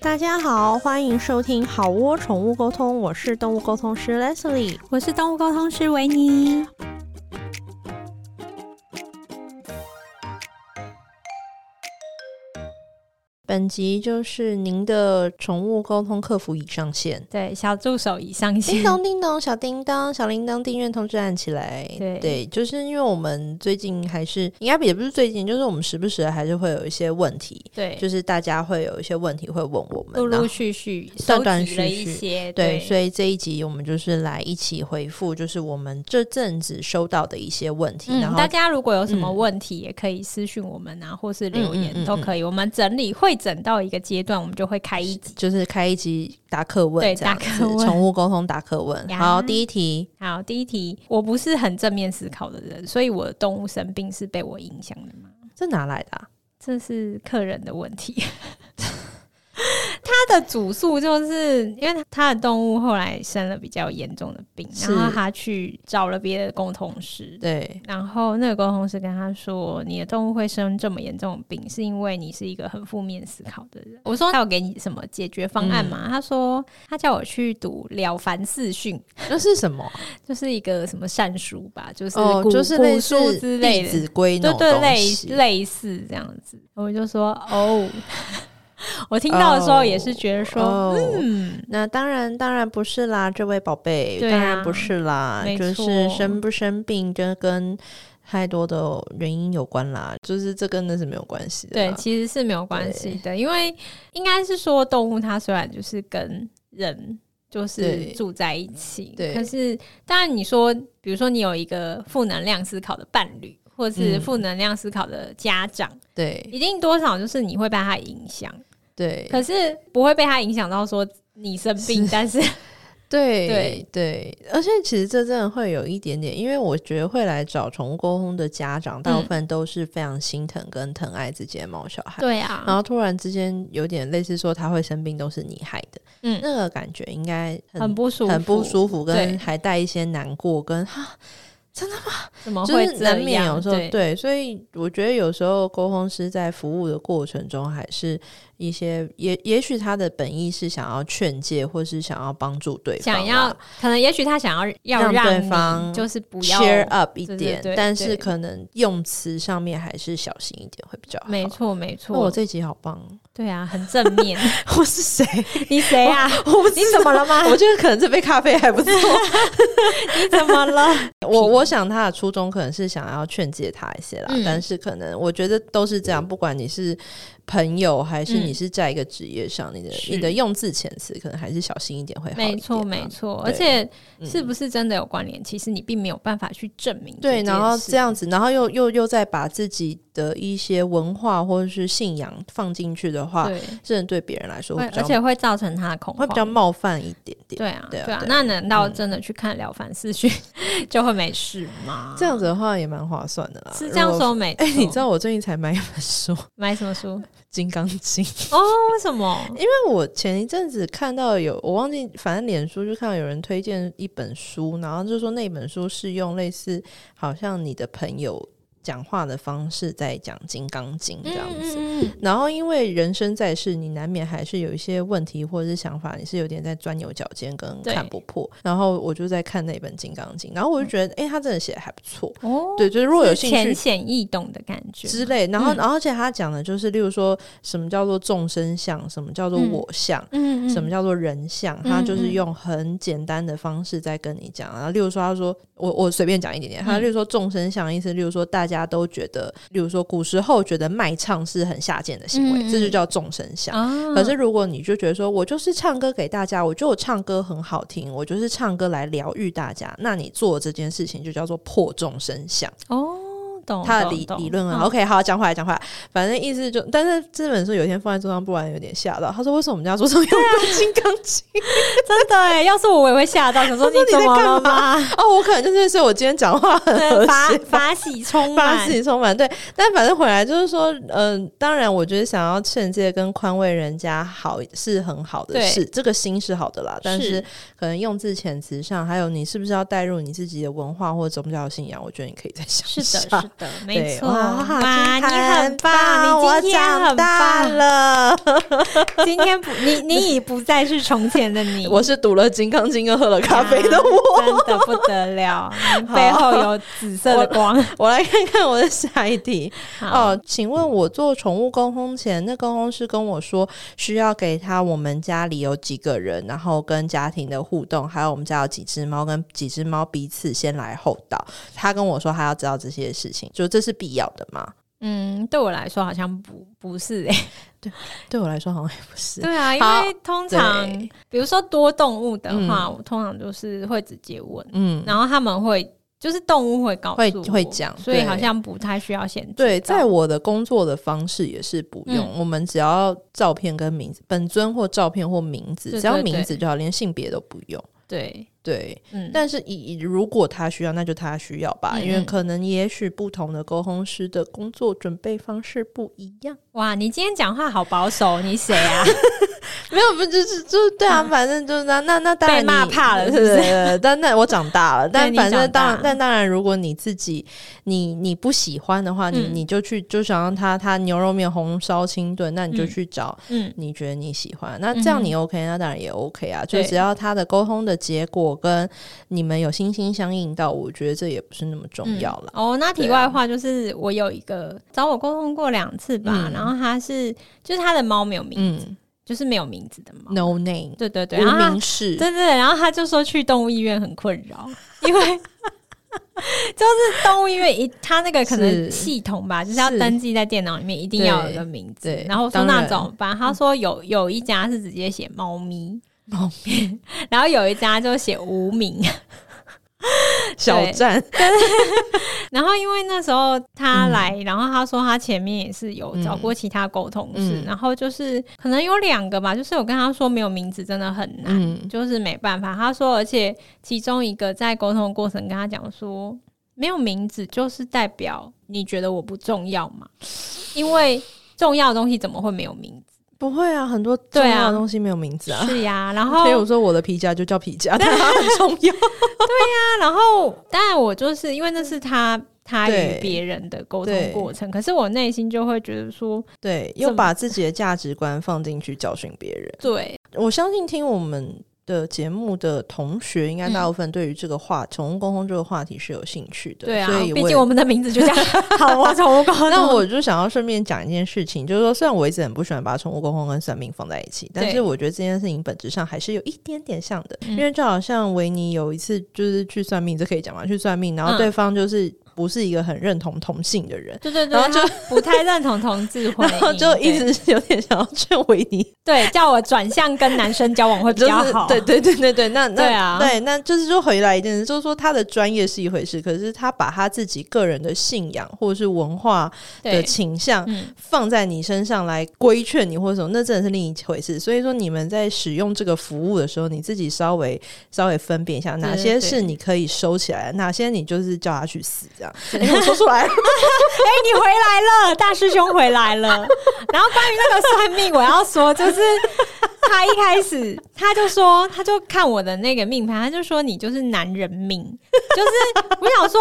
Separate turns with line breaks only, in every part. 大家好，欢迎收听好窝宠物沟通，我是动物沟通师 Leslie。
我是动物沟通师维尼。
本集就是您的宠物沟通客服已上线。
对，小助手已上
叮
线。
咚叮咚，小叮当，小铃铛，订阅通知按起来。
对
就是因为我们最近还是应该也不是最近，就是我们时不时还是会有一些问题，
对，
就是大家会有一些问题会问我们，
陆
然
陆
后
续续
断断
收集了
续
一
续
些，
对，所
以
以这一集我们就是来一起回复，就是我们这阵子收到的一些问题，然
嗯，
后
大家如果有什么
嗯
问题，也可以私讯我们啊，或是留
嗯嗯嗯
言
嗯
都可以。我们整理会整到一个阶段，我们就会开一集。
就是开一集答客问
对
这样
答
子，
客问
宠物沟通答客问。
呀
好，第一题，
好，第一题，我不是很正面思考的人，所以我的动物生病是被我影响的吗？
这哪来的、啊？
这是客人的问题。他的主诉就是因为他的动物后来生了比较严重的病，
是
然后他去找了别的沟通师，
对，
然后那个沟通师跟他说：“你的动物会生这么严重的病，是因为你是一个很负面思考的人。”我说：“他有给你什么解决方案
嗯
吗？”他说：“他叫我去读了凡四训，
那是什么啊？
就是一个什么善书吧，就是
哦
古、，
就是类
古
似
书
《
之类
弟
的，
子规》那
对
种
对，
东
类
西。
类似这样子，我就说哦， 我听到的时候也是觉得说，
哦
嗯，
那当然，当然不是啦，这位宝贝，
对啊
当然不是啦，
没
就
错
是生不生病，这跟太多的原因有关啦，就是这跟那是没有关系的
对，
啦。
其实是没有关系的，因为应该是说动物它虽然就是跟人就是
对
住在一起，
对
可是当然你说，比如说你有一个负能量思考的伴侣，或是
嗯
负能量思考的家长，
对
一定多少就是你会被他影响，
对
可是不会被他影响到说你生病，但是
对
对
对，而且其实这真的会有一点点，因为我觉得会来找宠物沟通的家长，大部分都是非常心疼跟疼爱自己的毛小孩。
对啊
然后突然之间有点类似说他会生病都是你害的，
嗯
那个感觉应该
很不舒服，
很不舒服，跟
对
还带一些难过，跟哈，
怎么
就
会
是
这
难免
样
有时候
对
所以我觉得有时候沟通师在服务的过程中，还是一些也也许他的本意是想要劝诫，或是想要帮助对方啦，啊
想要，可能也许他想要要
让对
你
方
就是不要
cheer up 一
对对
点，
对
但是
对
可能用词上面还是小心一点会比较好。
没错没
那哦我
错，
这集好 棒，
对啊，很正 面。
我是谁？
你谁 啊？
我不
你怎么了吗？
我觉得可能这杯咖啡还不错。
你怎么了？
我我想他的初衷可能是想要劝诫他一些啦，
嗯
但是可能我觉得都是这样，不管你是朋友还是
嗯
你是在一个职业上，你的
是
你的用字遣词可能还是小心一点会好一点啊。
没错没错，
对
而且
嗯
是不是真的有关联？其实你并没有办法去证明。
对，然后这，样子，然后又又又再把自己的一些文化或者是信仰放进去的话，
对，
真的对别人来说
会
会比较
而且会造成他的恐
会
慌，
比较冒犯一点点。
对啊
对啊
对啊
对啊。
那难道
嗯
真的去看了凡四训就会没事吗？
啊这样子的话也蛮划算的啦。
是这样
如果
说。没？
哎、你知道我最近才买一本书《
买什么书？
金刚经》，
哦，为什么？
因为我前一阵子看到有我忘记，反正脸书就看到有人推荐一本书，然后就说那本书是用类似好像你的朋友讲话的方式在讲《金刚经》这样子。
嗯嗯嗯
然后，因为人生在世，你难免还是有一些问题或者是想法，你是有点在钻牛角尖跟
对
看不破。然后我就在看那本《金刚经》，然后我就觉得，哎、他真的写的还不错。
哦，
对，就是如果有兴
浅
趣
显易懂的感觉，
之类，然后，
嗯
然后而且他讲的就是，例如说什么叫做众生相，什么叫做
嗯
我相，
嗯
什么
叫
叫做人像？
嗯
他就是用很简单的方式在跟你讲。然啊后，例如说，他说我我随便讲一点点，他
嗯
例如说众生相意思，例如说大家都觉得，例如说古时候觉得卖唱是很下贱的行为，
嗯嗯
这就叫众生相。
啊？
可是如果你就觉得说我就是唱歌给大家，我觉得我唱歌很好听，我就是唱歌来疗愈大家，那你做这件事情就叫做破众生相。
哦，懂
他的
懂
理
懂
理论啊、
嗯
o k 好，讲回来，讲回来，反正意思就，但是这本书有一天放在桌上，不然有点吓到。他说：“为什么我们家桌上有一
啊
本金刚经
真的哎，要是我我也会 吓到，想说你怎么了吗？？”
哦，我可能就是，所以我今天讲话 很
对
和
法
谐。
法喜充
发
满
自，己充满对，但反正回来就是说，嗯、当然，我觉得想要劝诫跟宽慰人家好是很好的
对
事，这个心是好的啦。但是
是
可能用字遣词上，还有你是不是要带入你自己的文化或者宗教信仰，我觉得你可以再想一
是
下。
的，是的，没
对
错，
哇，好
哇，
健
你很
康我
棒，你今天
长
很
大
棒，
了。
今天不，你你已不再是从前的你，
我是读了《金刚经》跟喝了咖啡的 我。
我，真的不得了，你背后有紫色的光。
我来看看我的下一 题
好，
哦，请问我做宠物沟通前，那沟通师跟我说需要给他我们家里有几个人，然后跟家庭的互动，还有我们家有几只猫，跟几只猫彼此先来后到。他跟我说他要知道这些事情，就这是必要的吗？
嗯，对我来说好像不不是诶、
对我来说好像也不是。
对啊，因
好
为通常
对
比如说多动物的话，我通常就是会直接问，
嗯，
然后他们会就是动物会告诉
会
我
会讲
所以
对
好像不太需要先知
对，
道
在我的工作的方式也是不用，我们只要照片跟名字，本尊或照片或名字，
对
只要
对
名
对
字就好，连性别都不用。
对，
对，
嗯，
但是以如果他需要，那就他需要吧，
嗯嗯
因为可能也许不同的沟通师的工作准备方式不一样。
哇，你今天讲话好保守，你谁 啊？
没有，不就是就是对啊，反正就是那那那当然
被骂
你
怕了是不
对
是
对对但那我长大了，但
你
反正当
长大
然，但当然，如果你自己你你不喜欢的话，你
嗯
你就去就想让他他牛肉面红烧清炖，那你就
嗯
去找
嗯，
你觉得你喜欢，那这样你 OK，、那当然也 OK 啊。就
对
只要他的沟通的结果跟你们有心心相印到，我觉得这也不是那么重要了。
哦，那题
对啊
外话就是，我有一个找我沟通过两次吧，
嗯
然后他是就是他的猫没有名，
嗯啊
就是没有名字的猫，
n o name，
对对对，然后
无
他
名氏，
对对，然后他就说去动物医院很困扰，因为就是动物医院一他那个可能
是
系统吧，就是要
是
登记在电脑里面，一定要有
对
个名字
对。
然后我说
当
那
然
怎么办？他说有有一家是直接写猫咪，
猫
咪， 然后有一家就写无名。
小站，
然后因为那时候他来，
嗯
然后他说他前面也是有找过其他沟通师，
嗯
然后就是可能有两个吧，就是我跟他说没有名字真的很难，
嗯
就是没办法。他说，而且其中一个在沟通的过程跟他讲说，没有名字就是代表你觉得我不重要嘛，因为重要的东西怎么会没有名字？
不会啊，很多重
对啊
要的东西没有名字啊。
是 呀，然后
比如说我的皮夹就叫皮夹， 但它很重要。
然后，当然我就是因为那是他他与
对
别人的沟
对
通过程，可是我内心就会觉得说，
对，
怎
又
么
把自己的价值观放进去教训别人。
对，
我相信听我们的节目的同学，应该
嗯
大部分对于这个话宠物沟通这个话题是有兴趣的。
对啊
所以，
毕
也
竟我们的名 字就叫好我宠物沟通。
那我就想要顺便讲一件事情，就是说，虽然我一直很不喜欢把宠物沟通跟算命放在一起，但
对
是我觉得这件事情本质上还是有一点点像的，
嗯
因为就好像维尼有一次就是去算命，这可以讲吗？去算命，然后
嗯
对方就是不是一个很认同同性的人。
对对对，
然后就
他不太认同同志婚姻，
然后就一
对
直有点想要劝维尼，
对叫我转向跟男生交往会比
就是
较好。哎
对对对对对，那那
对啊
对，那就是就回来一件事，就是说他的专业是一回事，可是他把他自己个人的信仰或者是文化的
对
倾向
嗯，
放在你身上来规劝你或者什么，那真的是另一回事。所以说，你们在使用这个服务的时候，你自己稍微稍微分辨一下，
对
哪些
对
是你可以收起来的，哪些你就是叫他去死这样。哎我说出 来了，
哎、你回来了，大师兄回来 了。然后关于那个算命，我要说，就是他一开始他就说，他就看我的那个命盘，他就说你就是男人命，就是我想说。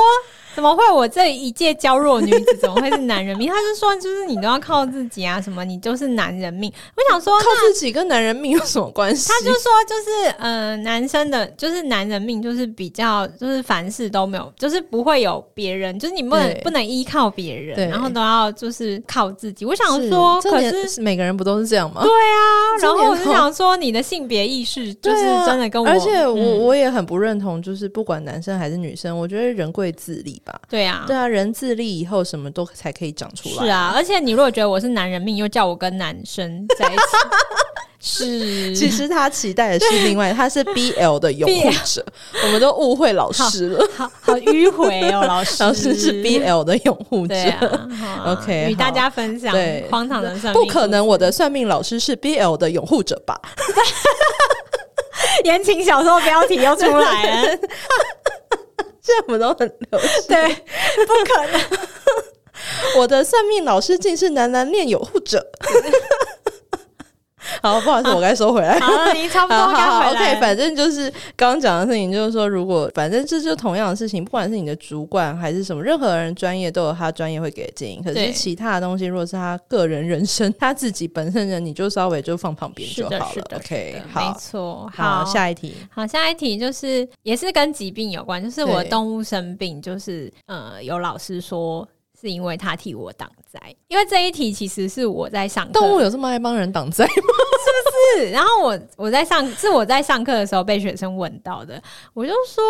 怎么会？我这一介娇弱女子怎么会是男人命？他就说，就是你都要靠自己啊，什么你就是男人命。我想说，
靠自己跟男人命有什么关系？
他就说，就是呃，男生的，就是男人命，就是比较，就是凡事都没有，就是不会有别人，就是你不能
对
不能依靠别
对
人，然后都要就是靠自己。我想
是
说，
这
可
点
是
是每个人不都是这样吗？
啊，
这
然后我
点
就
好
想说，你的性别意识就是
对啊
真的跟我，
而且我、
嗯
我也很不认同，就是不管男生还是女生，我觉得人贵自立吧。
对啊
对。啊，人自立以后，什么都才可以长出来。
是啊，而且你如果觉得我是男人命，又叫我跟男生 在一起，
其
是
实他期待的是另外， 他是 BL 的拥护者，我们都误会老师了。
好好迂回哦，老师，
老师是 BL 的拥护者，
对啊好啊
OK，
与大
好
家分享
对
荒唐的算
不
命
可
故
能
事
我的算命老师是 BL 的拥护者吧？
言情小说标题又出来 了，
现在我们都很流行。
对，不可能。
我的算命老师竟是男男恋拥护者。 好，不好意思，我该收回来。
好了，你差不
好
多
好
该
好
回来
，OK，
了。
反正就是刚刚讲的事情，就是说，如果反正这就是同样的事情，不管是你的主管还是什么，任何人专业都有他专业会给的建议。可是
对
其他的东西，如果是他个人人生，他自己本身人，你就稍微就放旁边
是
就
的，
好
是
了。
的是
OK，
的没
好，
错。
好，下一题。
好，下一题就是也是跟疾病有关，就是我的
对
动物生病，就是呃，有老师说是因为他替我挡灾，因为这一题其实是我在上课
动物有这么爱帮人挡灾？
是，然后我我在上是我在上课的时候被学生问到的，我就说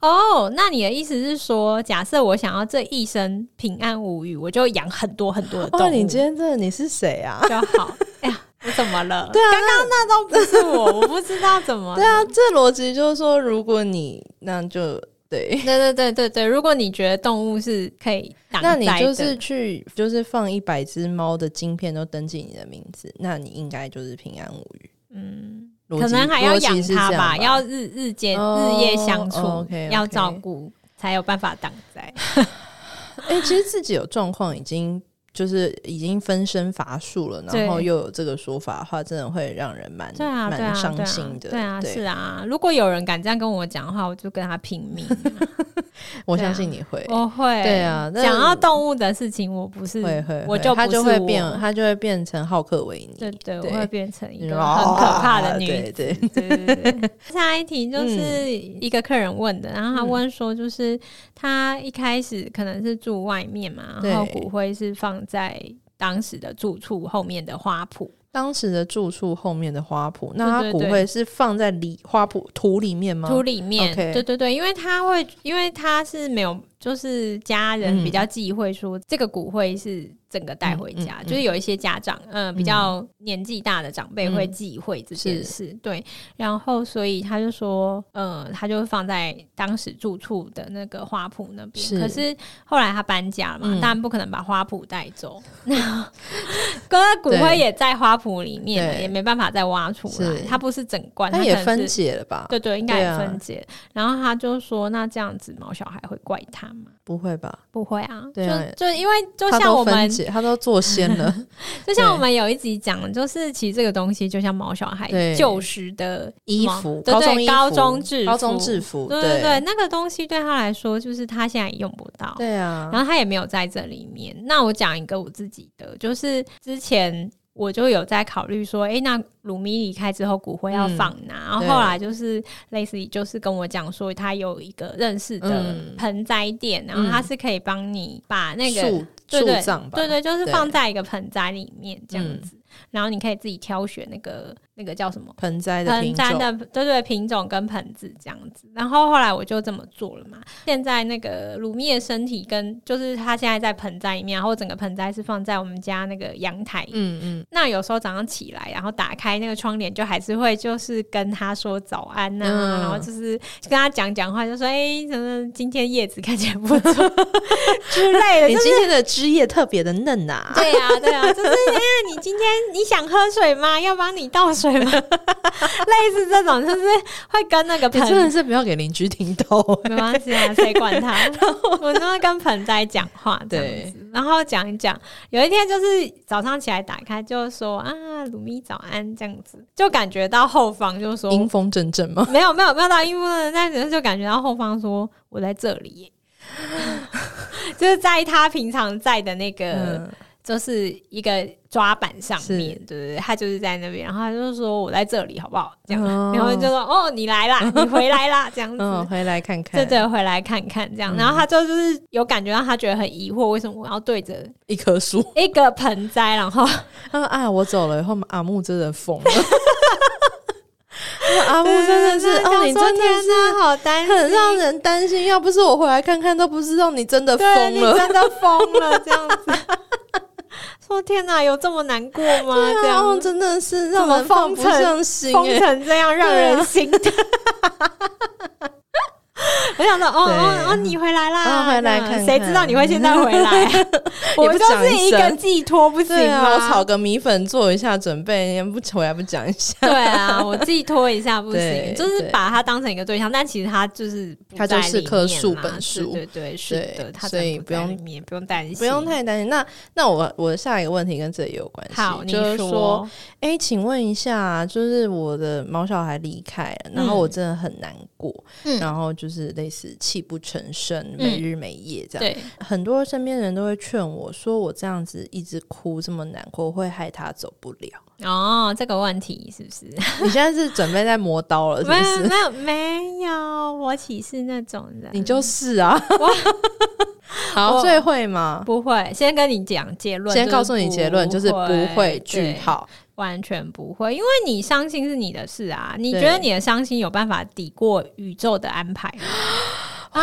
哦，那你的意思是说，假设我想要这一生平安无虞，我就养很多很多的动
哇，
物，
你今天真的你是谁啊？
就好。哎呀，我怎么了？对啊，刚刚那都不是我，我不知道怎么了。
对啊，这逻辑就是说，如果你那就对，
对对对对对，如果你觉得动物是可以挡
那你
灾
就
的
是去就是放一百只猫的晶片都登记你的名字，那你应该就是平安无虞。
嗯，
逻辑
可能还要
逻辑
养
是
它
这样吧，
要日日间、
哦
日夜相处，
哦，OK，OK
要照顾，才有办法挡灾。
哎、其实自己有状况已经。就是已经分身乏术了，
对
然后又有这个说法的话，真的会让人蛮
对啊，对
蛮
啊，
伤
对啊
心的。
对啊，是啊。如果有人敢这样跟我讲的话，我就跟他拼命。
我
对啊
相信你会，
我会，
对啊但
讲到动物的事情，我不是，
会会，
我
会
就
他
不
就是会
我
变，他就会变成浩克维尼，
对对，
对
我会变成一个
啊
很可怕的女子。
对对，嗯
对对对对，下一题就是一个客人问的，然后他问说，就是他一开始可能是住外面嘛，
对
然后骨灰是放在当时的住处后面的花圃，
当时的住处后面的花圃，那他
对
骨
对对
灰是放在里花圃土里面吗？
土里面
OK
对对对，因为他会，因为他是没有，就是家
嗯
人比较忌讳说这个骨灰是整个带回家，
嗯嗯嗯
就是有一些家长，嗯、比较年纪大的长辈
嗯
会忌讳这件
是
事，对，然后所以他就说，呃，他就放在当时住处的那个花圃那边，
是
可是后来他搬家了嘛，
嗯
当然不可能把花圃带 走，那骨灰也在花圃里面了，
对
也没办法再挖出来
是，
它不是整罐，
那
它
也
可能是
分解了吧？
对对，应该
对
也
啊
分解。然后他就说：“那这样子毛小孩会怪他吗
不会吧？？”
不会啊，
对啊
就就因为就
他
像我
都分
们，
解，他都做仙 了，
就像我们有一集讲的，就是其实这个东西就像毛小孩
对
旧时的
衣
毛
服，
对
中
对，
衣
高
服
中制服，
高中制服，
对
对
对对，那个东西对他来说，就是他现在也用不到。
对啊，
然后他也没有在这里面。那我讲一个我自己的，就是之前我就有在考虑说，诶，那鲁米离开之后骨灰要放哪？然
嗯对
后后来就是类似于就是跟我讲说，他有一个认识的
嗯
盆栽店，然后他是可以帮你把那个
树
对对
树葬吧，
对对，就是
对
放在一个盆栽里面这样
嗯
子，然后你可以自己挑选那个那个叫什么
盆栽的
盆
品
栽
种，
的对对品种跟盆子这样子，然后后来我就这么做了嘛。现在那个鲁蜜的身体跟就是它现在在盆栽里面，然后整个盆栽是放在我们家那个阳台。
嗯嗯，
那有时候早上起来，然后打开那个窗帘，就还是会就是跟他说早安呐、
嗯
然后就是跟他讲讲话，就说哎，怎么今天叶子看起来不错 之类的，
你
就是
今天的枝叶特别的嫩 呐，
对啊，对啊，就是因为你今天你想喝水吗？要帮你倒水 吗？类似这种，就是会跟那个
你
盆
真的是不要给邻居听到，
没关系啊，谁管 他？我都会跟盆栽讲话这样子，然后讲一讲。有一天就是早上起来打开就说啊，鲁咪早安这样子，就感觉到后方就说
阴风阵阵吗？
没有没有没有到英文，但只是就感觉到后方说我在这里 耶，就是在他平常在的那个。
嗯，
就是一个抓板上面
是，
对对对，他就是在那边，然后他就说我在这里好不好？这样，
哦
然后就说哦，你来 啦，你回来啦，这样子。
嗯，回来看
对
看，
对，回来看看这样，然后他就就是有感觉到他觉得很疑惑，为什么我要对着
一棵树，
一个盆栽，然后
他说啊，我走了以后，阿木真的疯了。 他说阿木真的是，哦，你真的是
是好担心，
很让人担心。要不是我回来看看，都不知道你真的
对
疯
你
了。
真的疯了这样子。 说天哪，有这么难过吗？这
对啊
样
哦
子
真的是让
怎么
人放不
疯成
上心
疯
哎。
成这样，让人心 疼。我想说，哦
对
哦哦，你回来啦，
哦回来
这样
看看
谁知道你会现在回来啊？我
不
就
讲
是
一
一个
声
寄托，不行
对啊，我炒
吗？
个米粉做一下准备，你不回来不讲一下，
对啊，我寄托一下不
对
行，就是
对
把它当成一个对象，但其实他就是不
它就
在
是
里
棵
面
树
嘛
本
对
树
对对，是
对
的，它
所
真的
以
不
不
在
用
里面不用担心，
不用太担心。那那我我下一个问题跟这也有关系，
好，你
就是说，
说
哎、请问一下，就是我的毛小孩离开了，然后我真的很难过，
嗯
然后就是类似泣不成声，没日没夜这样。
对，
很多身边人都会劝我说，我这样子一直哭这么难过，会害他走不了。
哦，这个问题是不是？
你现在是准备在磨刀了，是
没有
不是？
没有没有，我岂是那种人？
你就是 啊，好，
我
最会吗？
不会，先跟你讲结论，
先
就是
告诉你结论，就是不会句，号。
对完全不会，因为你伤心是你的事啊。你
对
觉得你的伤心有办法抵过宇宙的 安排吗？啊！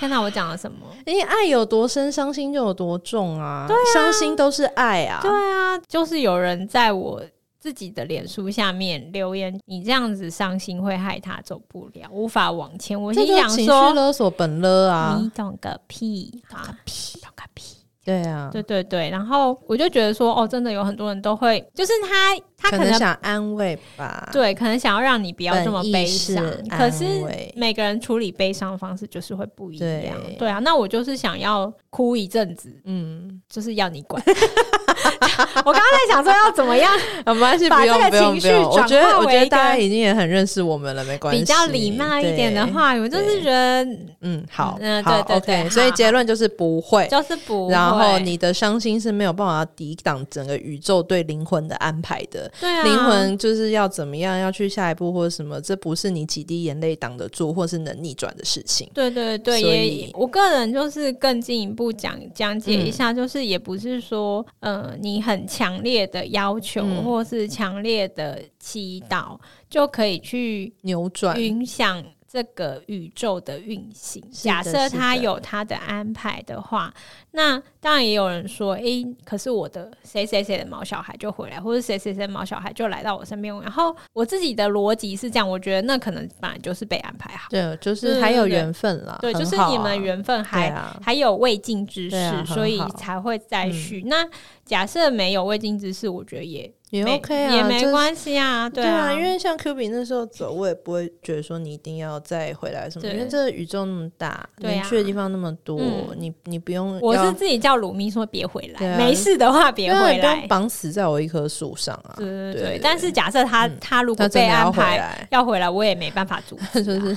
天哪，我讲了什么？
因为爱有多深，伤心就有多重啊！伤心都是爱啊！
对啊，就是有人在我。自己的脸书下面留言，你这样子伤心会害他走不了，无法往前。我
这
心
就
想
是情绪
说，
勒索本勒啊
你！懂个屁，懂个屁，懂个屁。
对啊，
对对对，然后我就觉得说，哦，真的有很多人都会，就是他他
可
可能
想安慰吧。
对，可能想要让你不要这么悲伤
啊本意是，安
可是
慰
每个人处理悲伤的方式就是会不一样。
对
对啊，那我就是想要哭一阵子，
嗯，
就是要你管。 我刚刚在想说要怎么样
啊，没关系，
把
不用
这个
不用
情
不
绪
用。我觉
转
得
化
我觉
为
得
一
大家
个
已经也很认识我们了，没关系。
比较礼貌一点的
对，
话语，我真是觉得
嗯，好，
嗯
好
对对对
，OK。
好
所以结论就是不会。
就是不会。
然后你的伤心是没有办法抵挡整个宇宙对灵魂的安排的，
对啊，
灵魂就是要怎么样，要去下一步或者什么，这不是你几滴眼泪挡得住，或是能逆转的事情。
对对对，
所
也
以
我个人就是更进一步讲讲解一
嗯
下，就是也不是说，呃，你很强烈的要求、
嗯
或是强烈的祈祷就可以去
扭转，
影响这个宇宙的运行。
是的
假设
是
它
的
有它的安排的话，那当然也有人说，诶，可是我的谁谁谁的毛小孩就回来，或者谁谁谁的毛小孩就来到我身边。然后我自己的逻辑是这样，我觉得那可能本来就是被安排好。
对，就是
对
还有
对对
缘分啦，
对，
很
就是
好
你
啊
们缘分
对
还、
啊，
还有未尽之事，
对啊很好嗯
所以才会再续。那假设没有未尽之事，我觉得也
也
没
OK 啊，
也
这
没
是。
关系啊，对
对
啊，
因为像 Q 比那时候走，我也不会觉得说你一定要再回来什么，
对
因为这个宇宙那么大，
对
你
啊
去的地方那么多，
嗯
你你不用
我
要
是自己叫鲁咪说别回
对
来，
啊
没事的话别
对啊你
回
不用
来。
绑死在我一棵树上啊，
对
对
对
对
对，但是假设他
嗯
他如
他
果
真
被
的要
安
回
排
来，
要回来，我也没办法阻止。
就是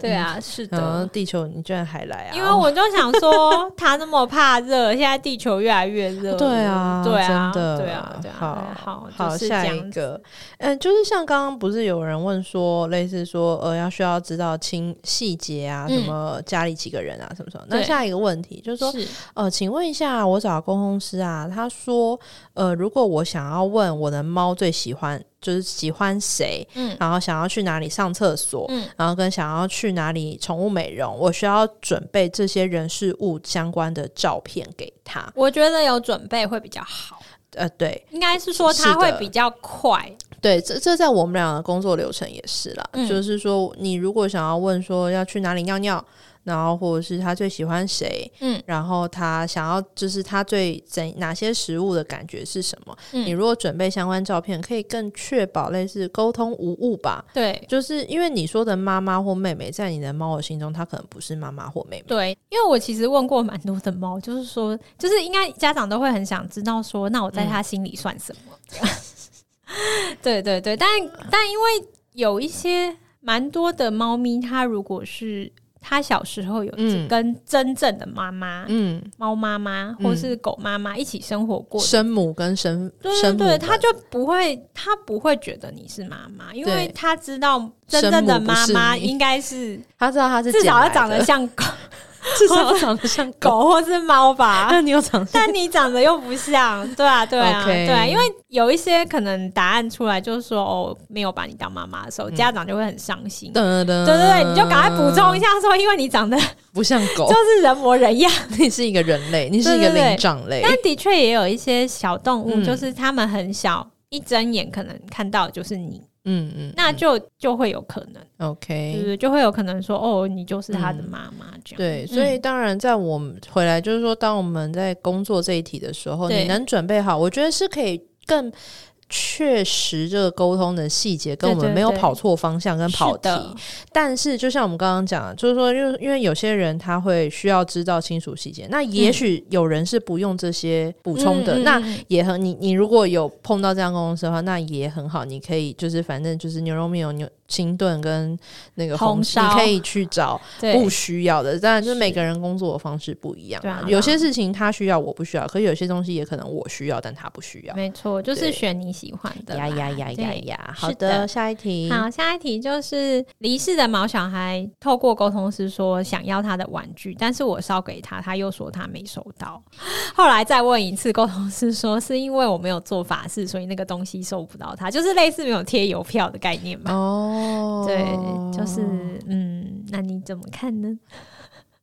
对啊，是
然后
的，
地球你居然还来啊，
因为我就想说他那么怕热， 现在地球越来越热。
对啊，
呃对啊，
真的，
对啊，对啊，
好
好，就是这
下
样
一
子。
个，嗯，就是像刚刚不是有人问说，类似说，呃，要需要知道清细节啊，什
嗯
么家里几个人啊，什么什么。那
对
下一个问题就是说，
是
呃，请问一下，我找沟通师啊，他说，呃，如果我想要问我的猫最喜欢就是喜欢谁，
嗯
然后想要去哪里上厕所，
嗯
然后跟想要去哪里宠物美容，我需要准备这些人事物相关的照片给他。
我觉得有准备会比较好，
呃，对，
应该是说他会比较快。
对，这这在我们俩的工作流程也是啦，
嗯
就是说，你如果想要问说要去哪里尿尿，然后或者是他最喜欢谁，
嗯，
然后他想要就是他最怎哪些食物的感觉是什么，
嗯
你如果准备相关照片，可以更确保类似沟通无误吧。
对
就是因为你说的妈妈或妹妹，在你的猫的心中，它可能不是妈妈或妹妹。
对，因为我其实问过蛮多的猫，就是说，就是应该家长都会很想知道说，那我在他心里算什么？ 对对对，但但因为有一些蛮多的猫咪，它如果是它小时候有
嗯
跟真正的妈妈、
嗯，
猫妈妈
嗯
或是狗妈妈一起生活过的
生母跟生
对对
生母
对，
们，
他就不会，他不会觉得你是妈妈，因为
对
他知道真正的妈
生母
妈
不是你
应该是
他知道他是
至
捡
少要
来
长得
的，
像狗
至少要长得像狗。
狗或是 猫吧。
那你有长得
但你长得又不像，对啊，对啊
OK
对啊，因为有一些可能答案出来就是说哦，没有把你当妈妈的时
嗯
候，家长就会很伤心。
噔噔，
对对对，你就赶快补充一下说，因为
嗯
你长得就
不像狗，
是人模人样。
你是一个人类，你是一个灵长类。
但的确也有一些小动物，
嗯
就是它们很小，一睁眼可能看到就是你，
嗯哎嗯，
那就就会有可能，就
OK。
是就会有可能说，哦，你就是他的妈妈这样。
对，
嗯
所以当然，在我们回来，就是说，当我们在工作这一题的时候，
对
你能准备好，我觉得是可以更确实这个沟通的细节，跟我
对
们
对
没有
对
跑错方向跟跑
是
题。
的，
但是，就像我们刚刚讲的，就是说，因为因为有些人他会需要知道清楚细节，那也许有人是不用这些补充的，
嗯嗯嗯
那
嗯
也很你你如果有碰到这样公司的话，那也很好，你可以就是反正就是牛肉面有牛清炖跟那个红
红烧
你可以去找不
对
需要的。当然，就是
是
每个人工作的方式不一样
对啊
啊、
对啊
有些事情他需要我不需要，可有些东西也可能我需要，但他不需要。
没错，就是
对
选你喜欢的
呀
啦。
呀呀呀呀！好
是的
下一题。
好，下一题就是离世的毛小孩透过沟通师说想要他的玩具，但是我烧给他，他又说他没收到。后来再问一次，沟通师说是因为我没有做法事，所以那个东西收不到他，就是类似没有贴邮票的概念吧。
哦，
对，就是嗯，那你怎么看呢？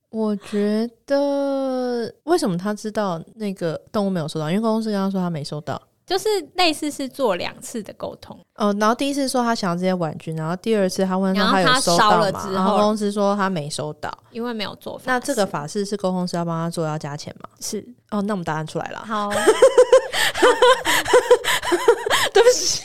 我觉得为什么他知道那个动物没有收到？因为公司跟他说他没收到。
就是类似是做两次的沟通，
哦，然后第一次说他想要这些玩具，然后第二次他问说
然后
有
他
收
烧
到
了
嘛，
之
然后
后
公司说他没收到。
因为没有做法事。
那这个法事是公公司要帮他做，要加钱吗？
是
哦，那我们答案出来了。
好，
对不 起，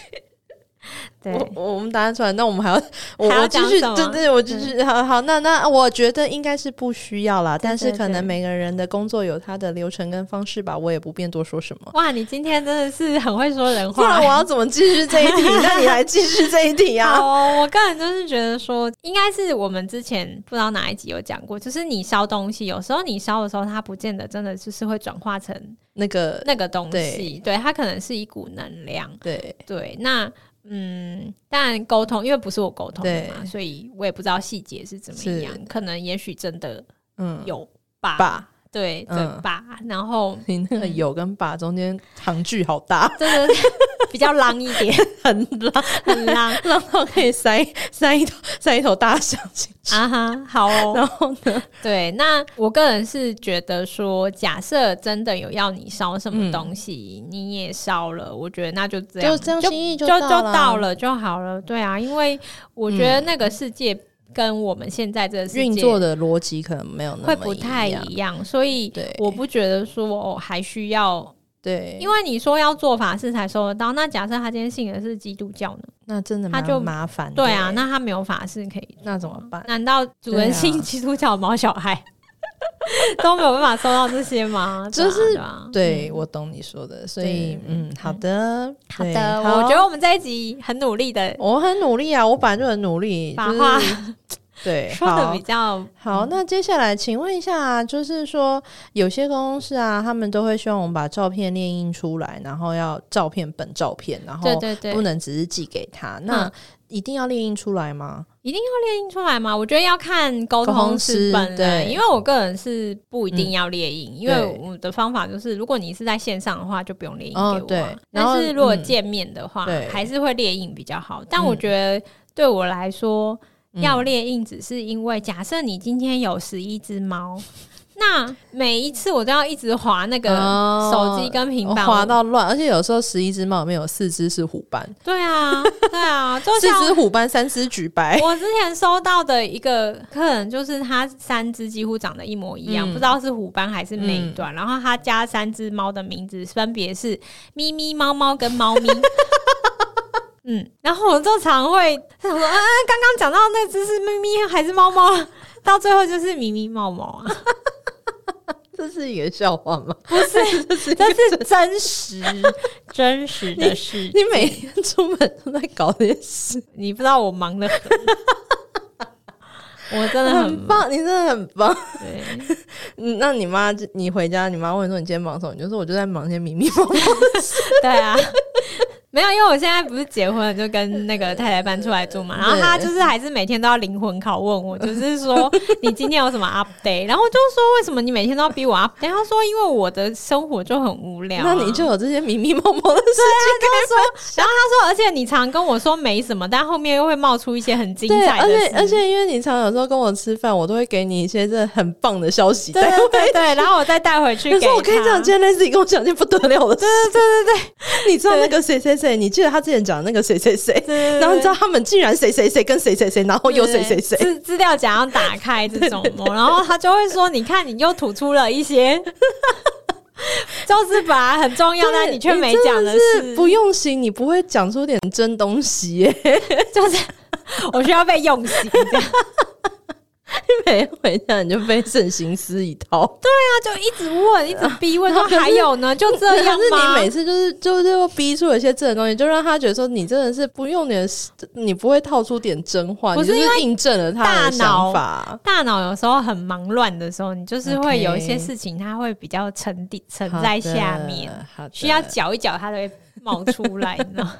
对，
我我们答案出来，那我们还要我
还要
我继
讲
续，
什么
对对，我继续，好好，那那我觉得应该是不需要啦，但是
对
可能
对
每个人的工作有他的流程跟方式吧，我也不便多说什么。
哇，你今天真的是很会说人
不
话。
然我要怎么继续这一 题？那你来继续这一题
好
啊！
哦，我个人就是觉得说，应该是我们之前不知道哪一集有讲过，就是你烧东西，有时候你烧的时候，它不见得真的就是会转化成
那个
那个东西，对，它可能是一股能量。
对，
对，那嗯，但沟通，因为不是我沟通的嘛，
对
所以我也不知道细节是怎么
是
样，可能也许真的
嗯，
有吧，
把
对对
嗯
吧？然后
你那个
嗯
有跟把中间行距好大，
真的 比较浪一点，
很浪，
很浪
浪到可以塞塞一头塞一头大象进去。
啊哈，好哦。
然后呢？
对，那我个人是觉得说，假设真的有要你烧什么东西，你也烧了，我觉得那就这样，
意
就就
到
了就好了。对啊，因为我觉得那个世界跟我们现在这个世界
运作的逻辑可能没有那么
会不太
一样
一样，所以
对
我不觉得说哦还需要，
对，
因
为
为你说要做法事才收得到，那假设他今天信的是基督教呢？
那真的
他
蛮
就
麻烦的。欸
对啊，那他没有法事可以
那怎么办？
难道主人信
对啊
基督教的毛小孩 都没有办法收到这 些吗？
就是
对啊
对，我懂你说的，所以
对
嗯，好的，
好
对
的，我觉得我们这一集很努力的
我很努力啊，我本来就很努力，
把
就是
话
对
说的
好
比嗯较
好，那接下来请问一下啊，就是说有些公司啊，他们都会希望我们把照片列印出来，然后要照片本照片，然
对
后
对对，
不能只是寄给他。那
嗯
一定要列印出来吗？
一定要列印出来吗？我觉得要看沟
沟通
通
师
师本人，
对嗯
因为我个人是不一定要列印，因为
对
我的方法就是，如果你是在线上的话，就不用列印给我
哦
啊。
对然后
但是如果
嗯
见面的话，
对
还是会列印比较好。但我
嗯
觉得对我来说，
嗯
要列印，只是因为假设你今天有十一只猫，那每一次我都要一直划那个
哦
手机跟平
我
板，
滑到乱，而且有时候十一只猫里面有四只是虎斑，
对啊，对啊，就
四
像
只虎斑，三只橘白。
我之前收到的一个客人，就是他三只几乎长得一模一样，
嗯
不知道是虎斑还是美短，然后他加三只猫的名字分别是咪咪、猫猫跟猫咪。嗯，然后我就常会想说，嗯、啊，刚刚讲到那只是咪咪还是猫猫，到最后就是咪咪猫猫啊。
这是一个笑话吗？
不是， 这是真实真实的事。
你每天出门都在搞这些事，
你不知道我忙的很，我 真的很
很
忙。
棒，你真的很棒。
对，
嗯，那你妈，你回家，你妈问你说你今天忙什么，你就说我就在忙些迷迷蒙蒙。
对啊，没有，因为我现在不是结婚了，就跟那个太太搬出来住嘛，然后她就是还是每天都要灵魂拷问我，就是说你今天有什么 update，然后我就说为什么你每天都要逼我 update，她说因为我的生活就很无聊啊、
那你就有这些迷迷蒙蒙的 事
然后她说，而且你常跟我说没什么，但后面又会冒出一些很精
对，
彩
而
的
且
事
而且，因为你常有时候跟我吃饭，我都会给你一些这很棒的消息。
对啊
但
对对对，然后我再带回去
有
给
时
她。
候我跟你讲，今天 Leslie 跟我讲一件不得了的事。对对对对对，你知道那个谁谁谁，你记得他之前讲的那个谁谁谁，
对
然后你知道他们竟然谁谁谁跟谁谁谁，然后又谁谁谁，
资资料夹要打开这种，哦然后他就会说：“你看，你又吐出了一些， 就是本来很重要，
对
但你却没
真
讲的
是
事，
不用心，你不会讲出点真东西耶。
就是我需要被用心。”这样，
每回家你就被圣心思一套，
他就一直问，一直逼 问，
然后
说
可是
还有呢，就这样
可是
吗
你？每次就是就是又逼出了一些真的东西，就让他觉得说你真的是不用你的，你不会套出点真话，
不
你
是
就是印证了他的
大脑
想法。
大脑有时候很忙乱的时候，你就是会
OK
有一些事情，它会比较沉底沉
好
在
的
下面，，
好的
需要搅一搅，它就会冒出来，你知道吗？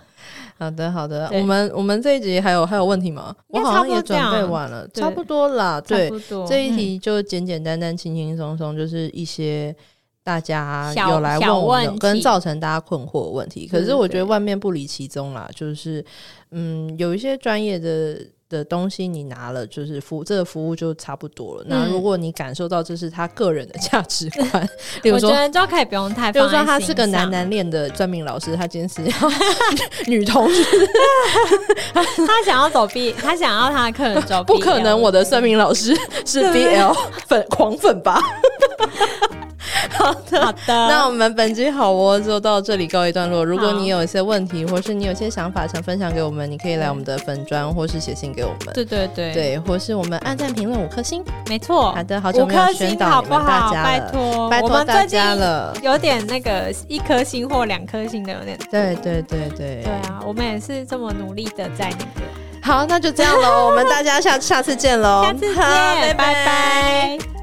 好的好的。
对
我们我们这一集还有还有问题吗？
应
我
该
好
差
像
不多
也
这
准
样
备完了，
对
差不多啦。 对
差，不多嗯
这一题就简简单单、轻轻松松，就是一些大家
小
有来
小
问我们
问
的跟
题
造成大家困惑的问题。可
对
是
对
我觉得
对
万变不离其宗啦，就是嗯，有一些专业的。的东西你拿了，就是服这个服务就差不多了。那
嗯
如果你感受到这是他个人的价值观， 比如
我觉
说
得就可以不用太
比
放
如
在
说
心上。啊
他是个男男恋的算命老师，他今天是要 女同学，
他想要走 B，他想要他的客人走 BL，
不可能我的算命老 师是 BL 粉 狂粉吧？
好的。
那我们本期好窝就到这里告一段落。如果
好
你有一些问题，或是你有一些想法想分享给我们，你可以来我们的粉砖，或是写信给我们。
对对对，
对，或是我们按赞评论五颗星。
没错。
好的，好久
五
没有
颗
宣
星
导
好
你
不
们大
好？
家
拜
了，
托，
拜
我
托
们
大
最近
家了。
有点那个一颗星或两颗星的有点。
对对对对，
对啊，我们也是这么努力的在那个。
好，那就这样喽，我们大家下下次见喽，
下次见，
好拜
拜拜